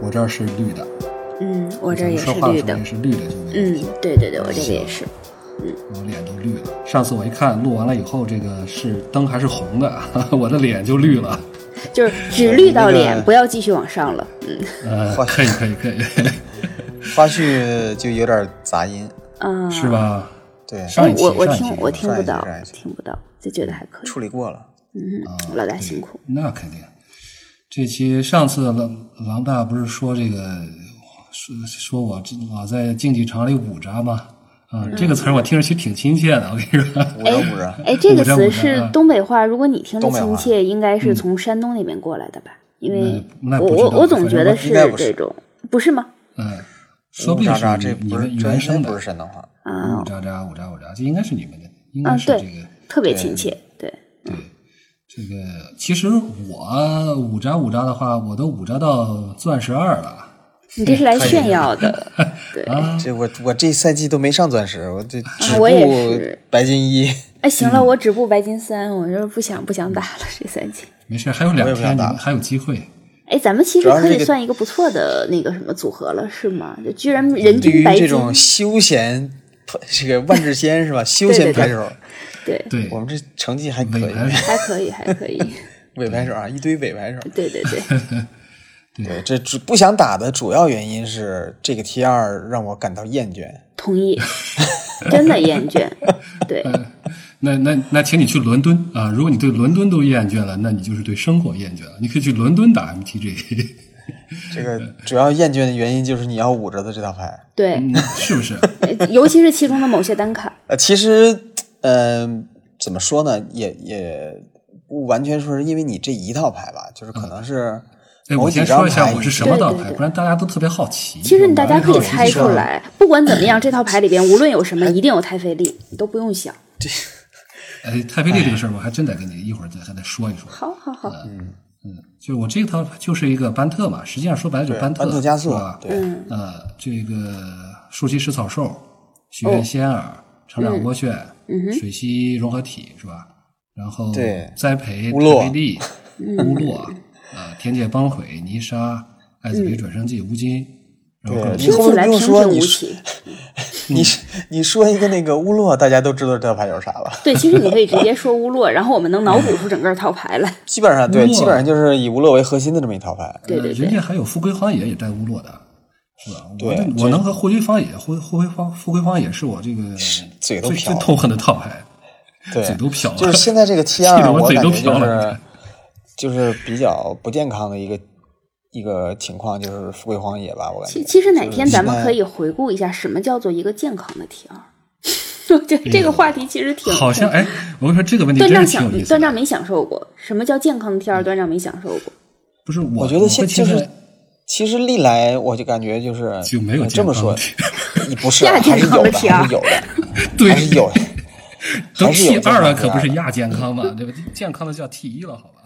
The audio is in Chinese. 我这儿是绿的，嗯，我这也说是话的绿时的候也。是绿的，就那个嗯，对对对，我这个也是。我脸都绿了。上次我一看录完了以后，这个是灯还是红的， 我的脸就绿了。就是只绿到那脸个，不要继续往上了。嗯呃，哇可以可以可以，花絮就有点杂音，啊，哎是吧？对，上一期我我上一听期我听不到上一，期听不到，就觉得还可以。处理过了。嗯，老大辛苦。啊那肯定。这期上次狼狼大不是说这个说说我这老在竞技场里捂着吗？啊，嗯这个词儿我听着其实挺亲切的，我跟你说。嗯捂着捂着，哎，这个我这词我这是啊东北话，如果你听着东北亲话切，应该是从山东那边过来的吧？因为嗯那那我不知我道我总觉得反是正我应该不是这种，不是吗？嗯，说呜不定喳是喳，啊这你不是们原这应该生不的是。山东话。啊呜，喳喳，呜喳呜喳，这应该是你们的，应该嗯，是这对个。，特别亲切，对，这个其实我五扎五扎的话，我都五扎到钻石二了。你这是来可以炫耀的，对。这我我这赛季都没上钻石，我这止啊我也步是白金一，哎，行嗯了，我止步白金三，我就是不想不想打了这赛季。没事，还有两我也不想天，你打们还有机会。哎，咱们其实主要是可以这个算一个不错的那个什么组合了，是吗？就居然人对均于白金这，种休闲，这个万智 仙是吧？休对对闲对牌手，对，对我，们这成绩还可尾以，盘还可以，还可以，伪牌手啊，一堆伪牌手。对对对，对，这主不想打的主要原因是这个 T 二让我感到厌倦。同意，真的厌倦，对，那那那，请你去伦敦啊！如果你对伦敦都厌倦了，那你就是对生活厌倦了。你可以去伦敦打 MTG，这个主要厌倦的原因就是你要捂着的这套牌。对，嗯 是不是？呃尤其是其中的某些单卡，呃，其实，嗯、怎么说呢，也也不完全说是因为你这一套牌吧，就是可能是嗯哎，某我几先张说一下牌我是你什么道对对牌，对不然大家都特别好奇。其实你我大家可以猜出我来，不管怎么样，这套牌里边无论有什么，一定有太妃力，你都不用想。哎，太妃力这个事儿，我还真得跟你一会儿再还得说一说。好好好，嗯就是我这套就是一个班特嘛，实际上说白了就是对班特，班特加速是吧？对嗯，呃，这个树栖食草兽、许哦愿仙儿、成嗯长涡旋、水栖融合体是吧？然后对栽培乌洛特菲利、嗯乌洛、呃天界帮毁、泥沙、艾嗯子培转生记、乌金，然后各种对，你听后起来面不平用说，平你无说奇。你你说一个那个乌洛，大家都知道这套牌有啥了。对，其实你可以直接说乌洛，然后我们能脑补出整个套牌 来。基本上乌对，洛基本上就是以乌洛为核心的这么一套牌。对对呃对人家还有富贵荒野也带乌洛的，是吧？我对的这我能和富贵荒野、富富贵荒富贵荒野是我这个嘴都最瓢最痛恨的套牌，对，嘴都瓢了。就是现在这个 T 气得二，我我嘴感都觉就瓢了是就是比较不健康的一个一个情况，就是富贵荒野吧，我感其觉。其实哪天咱们现在可以回顾一下，什么叫做一个健康的 T 二？ 我觉得这个话题其实挺嗯好像哎，我跟你说这个问题段真丈是挺有享意思段丈的。嗯没享受过，什么叫健康的 T 二？段丈没享受过。不是我，我觉得会现倾就向是，其实历来我就感觉就是就没有我这健么康说的，不是亚还健是康有的的，题啊还是有的，对还，是有的，都还是有 T 健康二了，的可不是呀亚健康嘛，对吧？健康的叫 T 一了，好吧？